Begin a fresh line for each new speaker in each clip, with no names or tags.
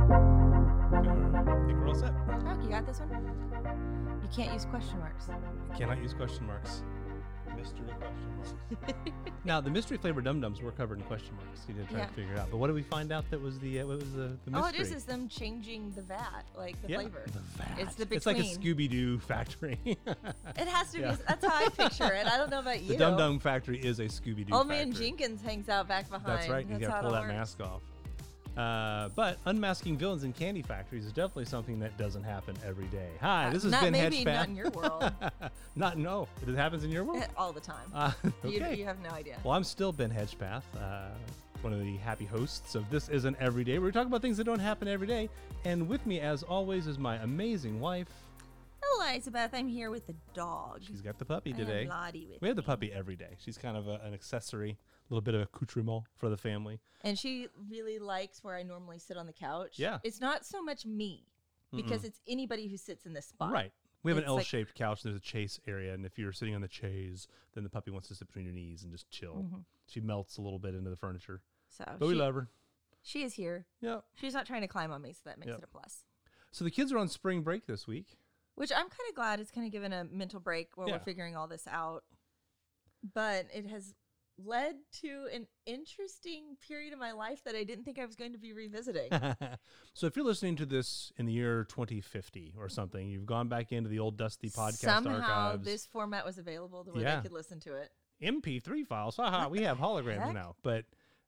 I think we're all set.
Oh, you got this one? You can't use question marks.
Cannot use question marks. Mystery question marks. now the mystery flavor dum dums were covered in question marks. You didn't try to
Yeah.
figure it out. But what did we find out that was the uh, what was the, the mystery?
All it is is them changing the vat, like the
yeah,
flavor.
The vat.
It's the
It's like a
between.
Scooby Doo factory.
It has to
Yeah.
be. That's how I picture it. I don't know about you.
the Dum Dum Factory is a Scooby Doo.
Old
factory.
man Jenkins hangs out back behind.
That's right. You
how
gotta pull
it
that
works.
mask off. Uh, but unmasking villains in candy factories is definitely something that doesn't happen every day. Hi,
Uh,
this has
not
been
maybe,
Hedgepath.
not in your world.
not no, it happens in your world.
Eh, All the time.
Uh,
You-
okay.
you, have no idea.
Well, I'm still Ben Hedgepath, uh, one of the happy hosts of This Isn't Every Day. We're talking about things that don't happen every day. And with me, as always, is my amazing wife.
Elizabeth, I'm here with the dog.
She's got the puppy
I have
today.
Lottie with
We have the
me.
puppy every day. She's kind of a, an accessory, a little bit of accoutrement for the family.
And she really likes where I normally sit on the couch.
Yeah.
It's not so much me because it's anybody who sits in this spot.
Right. We have an
It's like-
L-shaped couch and there's a chase area, and if you're sitting on the chaise, then the puppy wants to sit between your knees and just chill. She melts a little bit into the furniture,
So
but we
Mm-hmm. she,
love her.
she is here.
Yeah.
She's not trying to climb on me, so that makes
Yep.
it a plus.
So the kids are on spring break this week.
Which I'm kind of glad it's kind of given a mental break where
Yeah.
we're figuring all this out. But it has led to an interesting period of my life that I didn't think I was going to be revisiting.
so if you're listening to this in the year 2050 or something, you've gone back into the old dusty podcast
Somehow
archives,
this format was available to where
Yeah.
they could listen to it.
MP3 files. Haha, we have holograms
heck?
now. But,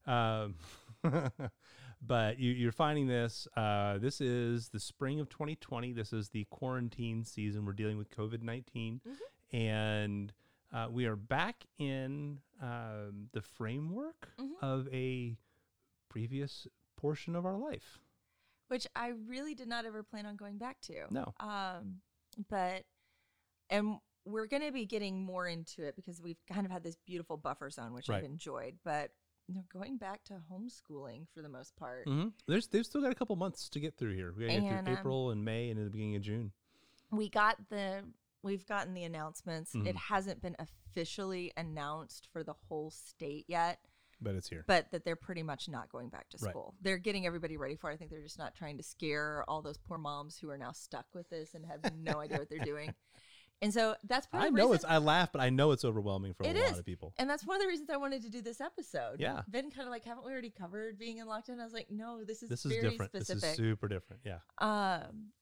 um, but you, you're finding this. Uh, this is the spring of 2020. This is the quarantine season. We're dealing with COVID 19,
Mm-hmm.
and uh, we are back in um, the framework
Mhm.
of a previous portion of our life.
which I really did not ever plan on going back to.
No.
Um, but and we're going to be getting more into it because we've kind of had this beautiful buffer zone, which
Right.
I've enjoyed. But you know, going back to homeschooling for the most part,
Mm-hmm. There's they've still got a couple months to get through here. We got to get
And,
through
um,
April and May and the beginning of June.
we got the we've gotten the announcements.
Mhm.
It hasn't been officially announced for the whole state yet.
But it's here.
But that they're pretty much not going back to
Right.
school. They're getting everybody ready for it. I think they're just not trying to scare all those poor moms who are now stuck with this and have no idea what they're doing. And so that's part
I
of the
know
reason-
it's I laugh, but I know it's overwhelming for a
It
lot
is.
of people.
and that's one of the reasons I wanted to do this episode.
Yeah.
Ben kind of like, haven't we already covered being in lockdown? I was like, no, this is
This is
very
different. This is
specific.
super different. Yeah.
um,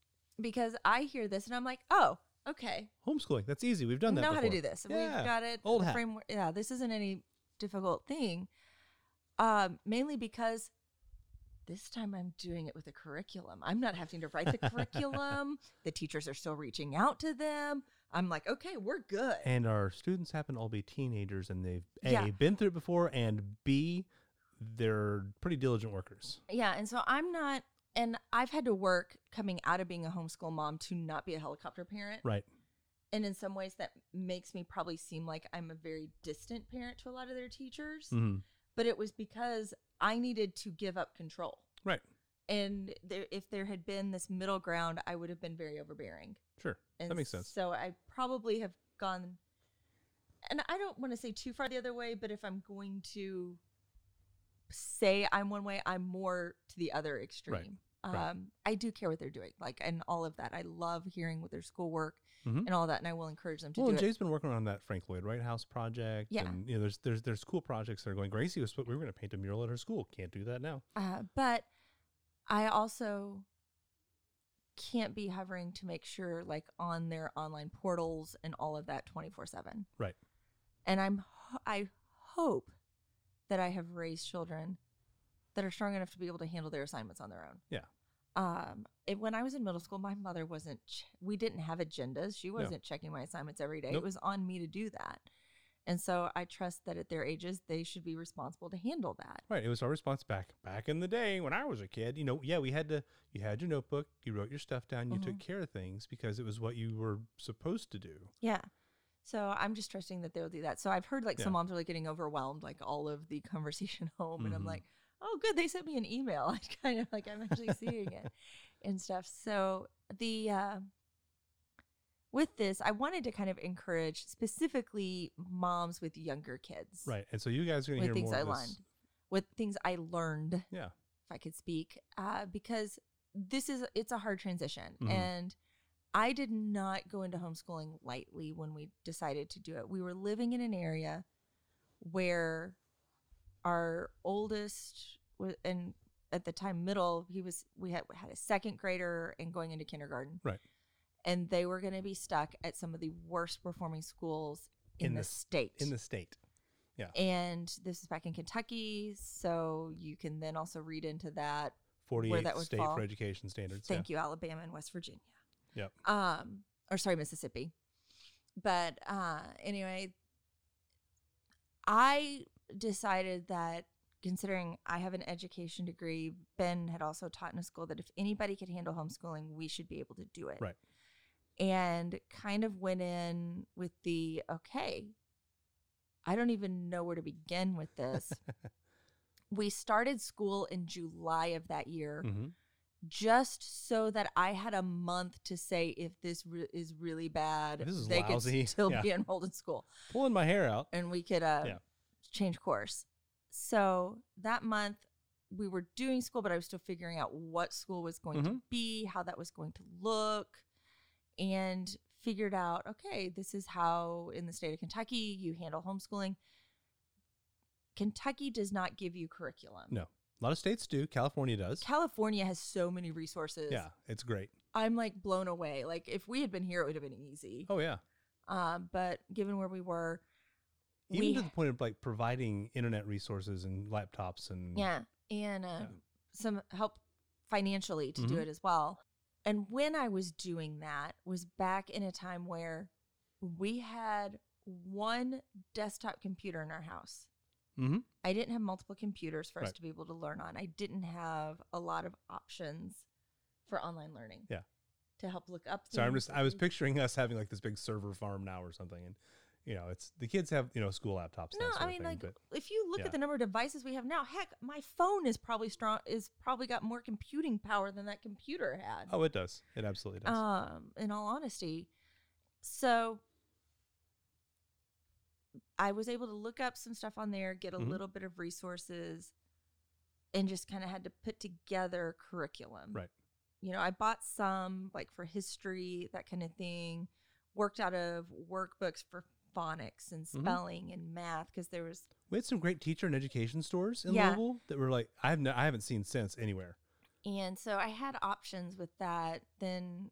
because I hear this and I'm like, oh, okay,
Homeschooling. That's easy. We've done
we
that.
know how to
before.
do this.
Yeah.
We've got it.
Old
the
hat.
framework. Yeah, this isn't any difficult thing. Um, mainly because this time I'm doing it with a curriculum. I'm not having to write the curriculum. The teachers are still reaching out to them. I'm like, okay, we're good.
And our students happen to all be teenagers, and they've a
Yeah.
been through it before, and b they're pretty diligent workers.
Yeah, and so I'm not, and I've had to work coming out of being a homeschool mom to not be a helicopter parent.
Right.
And in some ways, that makes me probably seem like I'm a very distant parent to a lot of their teachers.
hmm
But it was because I needed to give up control.
Right.
And there, if there had been this middle ground, I would have been very overbearing.
Sure.
And
that makes sense.
So I probably have gone, and I don't want to say too far the other way, but if I'm going to say I'm one way, I'm more to the other extreme. Um,
right.
I do care what they're doing, like, and all of that. I love hearing what their schoolwork
Mhm.
and all that, and I will encourage them to
Well,
do
and
it.
Jay's been working on that Frank Lloyd Wright House project.
Yeah.
And you know, there's there's there's cool projects that are going. Gracie was we were going to paint a mural at her school. Can't do that now.
Uh, but I also can't be hovering to make sure, like on their online portals and all of that, twenty four seven.
Right.
And I'm ho- I hope that I have raised children that are strong enough to be able to handle their assignments on their own.
Yeah.
Um, it, when I was in middle school, my mother wasn't. Ch- we didn't have agendas. She wasn't checking my assignments every day.
Nope.
It was on me to do that. And so I trust that at their ages, they should be responsible to handle that.
Right. It was our response back back in the day when I was a kid. You know, yeah, we had to. You had your notebook. You wrote your stuff down. You took
Mhm.
care of things because it was what you were supposed to do.
Yeah. So I'm just trusting that they'll do that. So I've heard like
Yeah.
some moms are like getting overwhelmed, like all of the conversation home. And I'm
Mhm.
like, oh, good. They sent me an email. I kind of like, I'm actually seeing it and stuff. So the, uh, with this, I wanted to kind of encourage specifically moms with younger kids.
Right. And so you guys are going
With
to hear
things
more
I
of
learned.
this
with things I learned.
Yeah.
If I could speak, uh, because this is it's a hard transition,
Mhm.
and I did not go into homeschooling lightly when we decided to do it. We were living in an area where our oldest was, and at the time middle, he was we had had a second grader and going into kindergarten,
Right.
And they were going to be stuck at some of the worst performing schools in,
In
the,
the s-
state
in the state.
and this is back in Kentucky, so you can then also read into that.
48
that would
state
fall.
for education standards.
Thank you, Alabama and West Virginia.
Yep.
Um, or sorry, Mississippi. But uh, anyway, I decided that considering I have an education degree, Ben had also taught in a school that if anybody could handle homeschooling, we should be able to do it.
Right.
And kind of went in with the okay, I don't even know where to begin with this. we started school in July of that year
hmm
just so that I had a month to say if this re- is really bad,
This is
they
lousy.
could still
Yeah.
be enrolled in school
Pulling my hair out.
and we could uh,
Yeah.
change course. So that month we were doing school, but I was still figuring out what school was going
Mm-hmm.
to be, how that was going to look, and figured out okay, this is how in the state of Kentucky you handle homeschooling. Kentucky does not give you curriculum.
No. A lot of states do. California does.
California has so many resources.
yeah. It's great.
I'm like blown away. Like if we had been here, it would have been easy.
Oh, yeah.
Um, but given where we were,
Even
we
to the point of like providing internet resources and laptops and
yeah, and uh,
Mm-hmm. Yeah.
some help financially to do
Mhm.
it as well. And when I was doing that was back in a time where we had one desktop computer in our house.
hmm
I didn't have multiple computers for us
Right.
to be able to learn on. I didn't have a lot of options for online learning.
Yeah.
To help look up.
So I'm
things
just I was
and-
picturing us having like this big server farm now or something, and you know it's the kids have you know school laptops. and
No,
that sort
I
of
mean
thing,
like
but
if you look
yeah.
at the number of devices we have now, heck, my phone is probably strong is probably got more computing power than that computer had.
oh, it does. It absolutely does.
um, in all honesty. So I was able to look up some stuff on there, get a
Mhm.
little bit of resources, and just kind of had to put together curriculum.
Right.
You know, I bought some like for history, that kind of thing, worked out of workbooks for phonics and
Mm-hmm.
spelling and math because there was
we had some great teacher and education stores in
Yeah.
Louisville that were like I've no, I haven't seen since anywhere.
And so I had options with that. Then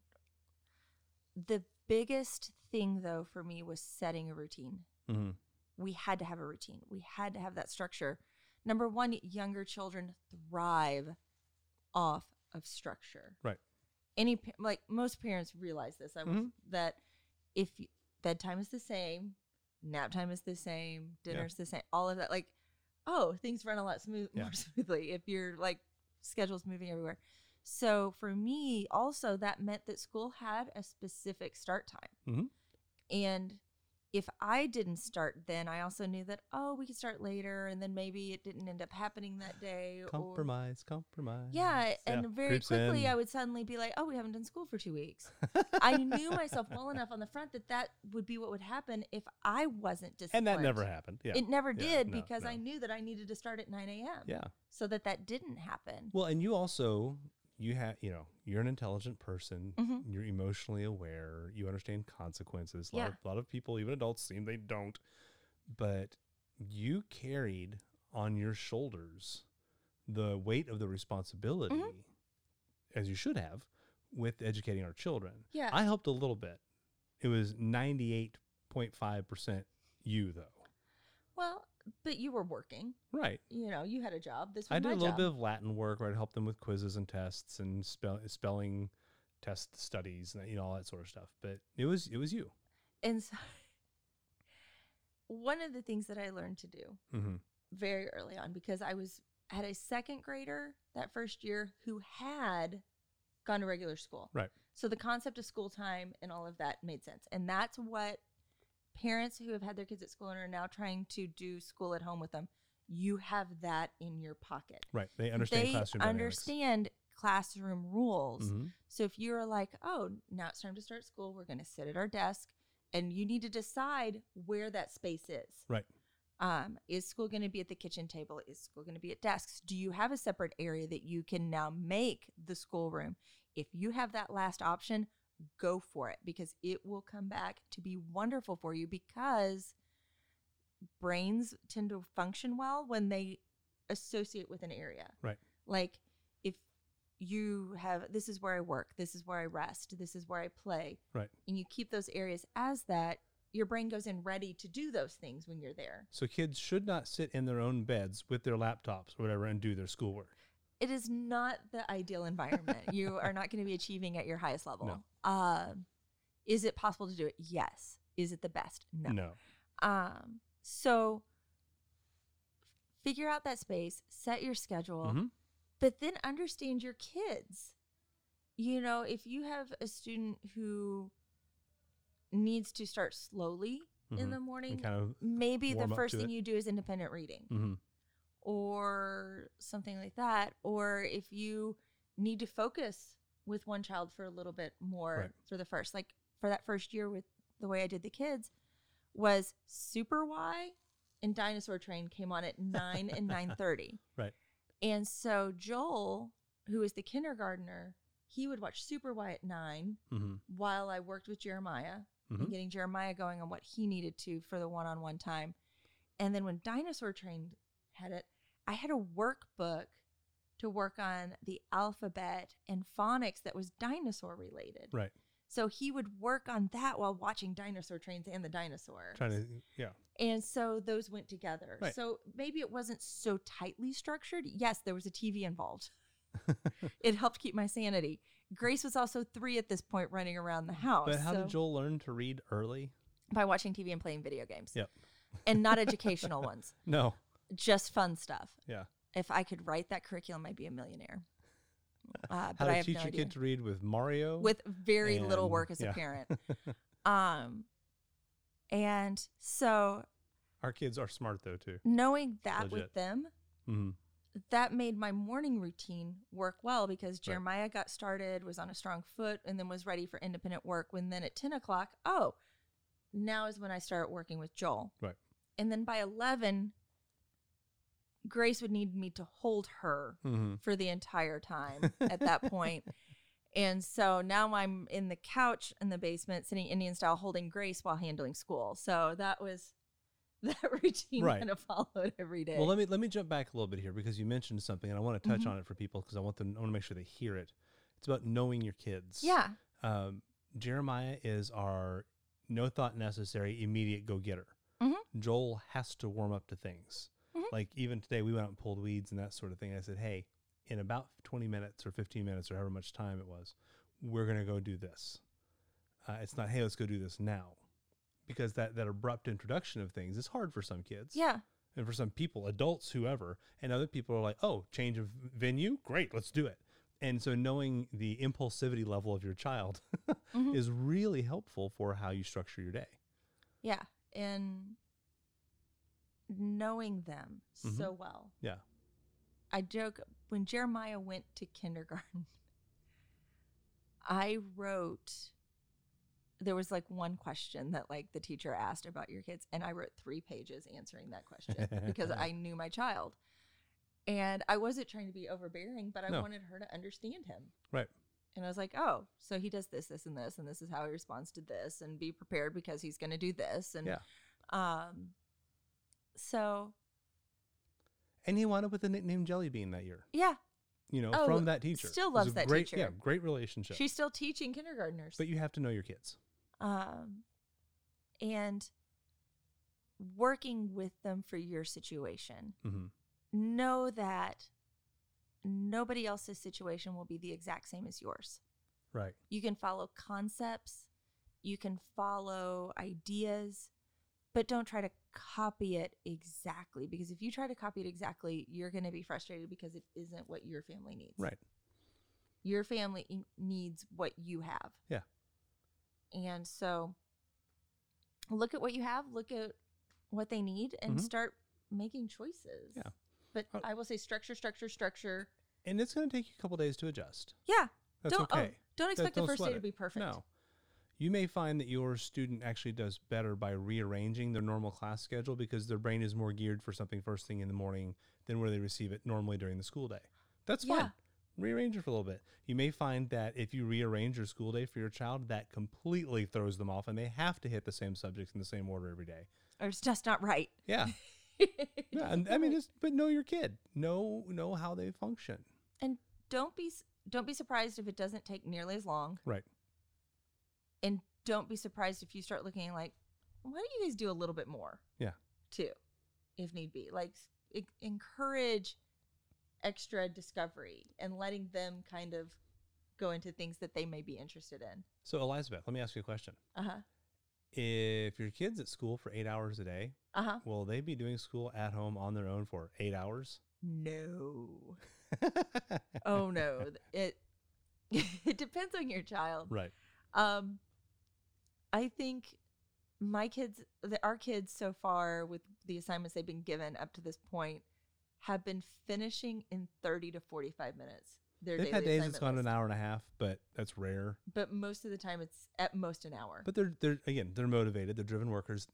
the biggest thing, though, for me was setting a routine.
Mm-hmm.
We had to have a routine, we had to have that structure. Number one, younger children thrive off of structure.
Right.
Any, pa- like most parents realize this, I was,
Mhm.
that if you, bedtime is the same, nap time is the same,
Yeah.
dinner's the same, all of that, like, oh, things run a lot smooth,
Yeah.
more smoothly if you're like schedules moving everywhere. So for me, also that meant that school had a specific start time,
Mhm.
and if I didn't start then, I also knew that oh, we could start later, and then maybe it didn't end up happening that day. Or,
Compromise, compromise.
yeah, and very
creeps
quickly
in.
I would suddenly be like, oh, we haven't done school for two weeks. I knew myself well enough on the front that that would be what would happen if I wasn't
and
disciplined.
that never happened. Yeah,
It never
Yeah,
did
no,
because I
no.
knew that I needed to start at 9 a.m.
yeah.
So that that didn't happen.
Well, and you also you have you know you're an intelligent person.
Mhm.
You're emotionally aware. You understand consequences. A lot,
Yeah.
of, a lot of people, even adults, seem they don't. But you carried on your shoulders the weight of the responsibility, as you should have, with educating our children.
Mm-hmm. Yeah.
I helped a little bit. It was ninety eight point five percent you though.
Well, but you were working.
Right.
You know, you had a job. This was
I did
my
a little
job.
bit of Latin work where I'd help them with quizzes and tests and spell, spelling test studies and you know all that sort of stuff. But it was it was you.
and so, one of the things that I learned to do
Mm-hmm.
very early on because I was had a second grader that first year who had gone to regular school.
Right.
So the concept of school time and all of that made sense. And that's what parents who have had their kids at school and are now trying to do school at home with them, you have that in your pocket.
Right. They understand
they
classroom Mm-hmm.
understand classroom rules.
dynamics.
So if you're like, oh, now it's time to start school, we're going to sit at our desk and you need to decide where that space is.
Right.
Um, is school going to be at the kitchen table? Is school going to be at desks? Do you have a separate area that you can now make the schoolroom? If you have that last option, go for it because it will come back to be wonderful for you because brains tend to function well when they associate with an area.
Right.
Like if you have this is where I work, this is where I rest, this is where I play.
Right.
And you keep those areas as that, your brain goes in ready to do those things when you're there.
So kids should not sit in their own beds with their laptops or whatever and do their schoolwork.
it is not the ideal environment. you are not going to be achieving at your highest level. Um, is it possible to do it? Yes. Is it the best? No.
No.
Um, so figure out that space, set your schedule,
Mhm.
but then understand your kids. You know, if you have a student who needs to start slowly in
Mhm.
the morning,
And kind of.
maybe the
warm up
first
to
thing
it.
you do is independent reading
hmm
or something like that. Or if you need to focus with one child for a little bit more
Right.
for the first, like for that first year with the way I did the kids, was Super Y and Dinosaur Train came on at nine and nine thirty.
Right.
And so Joel, who is the kindergartner, he would watch Super Y at nine
hmm
while I worked with Jeremiah
Mhm.
and getting Jeremiah going on what he needed to for the one on one time. And then when Dinosaur Train had it, I had a workbook to work on the alphabet and phonics that was dinosaur related.
Right.
So he would work on that while watching Dinosaur Trains and the dinosaur.
Trying to. Yeah.
And so those went together.
Right.
So maybe it wasn't so tightly structured. Yes, there was a TV involved. it helped keep my sanity. Grace was also three at this point running around the house.
But how
so-
did Joel learn to read early?
by watching TV and playing video games.
Yep.
And not educational ones,
No.
just fun stuff.
Yeah.
If I could write that curriculum, I'd be a millionaire. Uh,
How
but I
to
have
teach
no
your
idea.
kid to read with Mario.
With very little
and-
work as
yeah.
a parent. um, and so
our kids are smart though too.
knowing that with
Legit.
them,
hmm
that made my morning routine work well because Jeremiah got started, was on a strong foot, and then was ready for independent work. When then at 10 o'clock, oh, now is when I start working with Joel.
Right.
And then by 11, Grace would need me to hold her
hmm
for the entire time at that point. And so now I'm in the couch in the basement, sitting Indian style, holding Grace while handling school. So that was that routine
Right.
kind of followed every day.
Well, let me let me jump back a little bit here because you mentioned something, and I want to touch
Mhm.
on it for people because I want them. I want to make sure they hear it. It's about knowing your kids.
yeah.
Um, Jeremiah is our no thought necessary immediate go getter.
Mhm.
Joel has to warm up to things.
Mhm.
Like even today, we went out and pulled weeds and that sort of thing. I said, "Hey, in about twenty minutes or fifteen minutes or however much time it was, we're gonna go do this." Uh, it's not, "Hey, let's go do this now," because that that abrupt introduction of things is hard for some kids
Yeah.
and for some people, adults, whoever, and other people are like, oh, change of venue, great, let's do it. And so knowing the impulsivity level of your child
Mhm.
is really helpful for how you structure your day.
Yeah, and knowing them
Mhm.
so well.
Yeah.
I joke when Jeremiah went to kindergarten, I wrote there was like one question that like the teacher asked about your kids and I wrote 3 pages answering that question because I knew my child. And I wasn't trying to be overbearing, but I
No.
wanted her to understand him.
Right.
And I was like, "Oh, so he does this, this, and this, and this is how he responds to this, and be prepared because he's going to do this." And
Yeah.
um, so
And he wound up with the nickname Jelly Bean that year,
yeah,
you know,
Oh,
from that teacher.
still
It was
loves
a
that
great,
teacher.
Yeah, great relationship.
she's still teaching kindergartners.
but you have to know your kids.
um, and working with them for your situation,
hmm
know that nobody else's situation will be the exact same as yours.
Right.
You can follow concepts, you can follow ideas, but don't try to copy it exactly because if you try to copy it exactly, you're going to be frustrated because it isn't what your family needs.
Right.
Your family in- needs what you have.
Yeah.
And so look at what you have, look at what they need, and
Mhm.
start making choices.
Yeah.
But
Oh.
I will say structure, structure, structure.
And it's going to take you a couple days to adjust.
Yeah.
That's
don't,
okay.
oh, don't
That-
expect
don't
the first
sweat
day to
it.
be perfect.
No. you may find that your student actually does better by rearranging their normal class schedule because their brain is more geared for something first thing in the morning than where they receive it normally during the school day. That's
Yeah.
fine. Rearrange it for a little bit. You may find that if you rearrange your school day for your child, that completely throws them off and they have to hit the same subjects in the same order every day.
or it's just not right.
Yeah. yeah and, I mean, just, but know your kid, know, know how they function.
and don't be s- don't be surprised if it doesn't take nearly as long,
Right.
and don't be surprised if you start looking like, why don't you guys do a little bit more?
Yeah.
too, if need be. Like s- e- encourage extra discovery and letting them kind of go into things that they may be interested in.
So, Elizabeth, let me ask you a question.
Uh huh.
If your kid's at school for eight hours a day,
Uh huh.
Will they be doing school at home on their own for eight hours?
No. Oh no. Th- It it depends on your child.
right.
Um, I think my kids, the, our kids so far with the assignments they've been given up to this point, have been finishing in thirty to forty-five minutes. Their
They've
daily
had days it's gone
assignment list.
an hour and a half, but that's rare.
but most of the time it's at most an hour.
But they're they're again they're motivated. They're driven workers.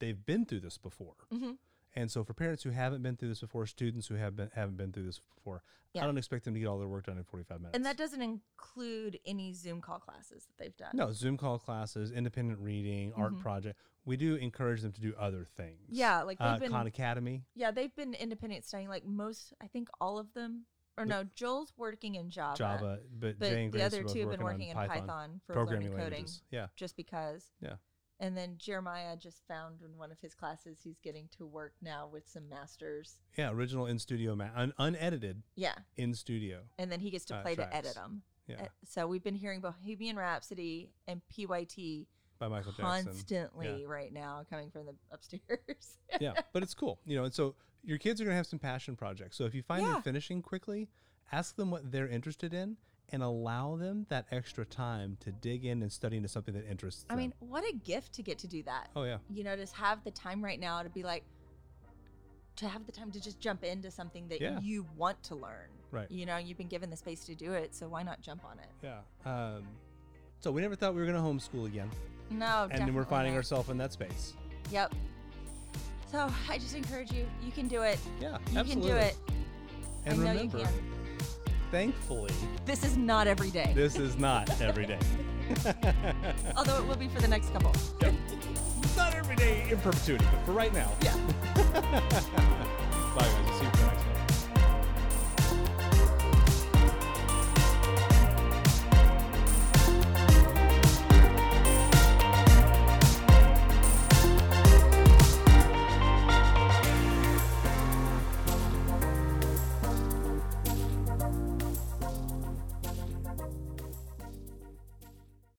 They've been through this before,
hmm
and so for parents who haven't been through this before, students who have been haven't been through this before,
Yeah.
I don't expect them to get all their work done in forty five minutes.
And that doesn't include any Zoom call classes that they've done.
no Zoom call classes, independent reading, art
Mhm.
project. We do encourage them to do other things.
Yeah, like they've
uh,
been
Khan Academy.
Yeah, they've been independent studying. Like most, I think all of them, or
The-
no, Joel's working in Java.
Java, but,
but
Jay and
the
Grace
other
are both
two have been
on
working in Python, for
programming
learning coding,
languages. Yeah,
just because.
Yeah.
And then Jeremiah just found in one of his classes he's getting to work now with some masters.
Yeah, original in studio, ma- un- unedited
Yeah,
in studio.
and then he gets to
Uh,
play
tracks.
to edit them.
Yeah,
So we've been hearing Bohemian Rhapsody and PYT
by Michael Jackson.
constantly right now, coming from the upstairs.
yeah, but it's cool, you know. And so your kids are gonna have some passion projects. So if you find
Yeah.
them finishing quickly, ask them what they're interested in, and allow them that extra time to dig in and study into something that interests
I
them.
mean, what a gift to get to do that.
oh yeah,
you know, just have the time right now to be like, to have the time to just jump into something that
Yeah.
you want to learn.
Right.
You know, you've been given the space to do it, so why not jump on it?
yeah. Um, so we never thought we were gonna homeschool again,
No,
and then we're
Oh, definitely
finding
not.
ourselves in that space.
Yep. So I just encourage you. You can do it.
Yeah,
You
absolutely.
can do it.
And
I know
remember,
you can.
thankfully,
This is not every day,
this is not every day.
although it will be for the next couple.
It's not every day in perpetuity, but for right now.
Yeah.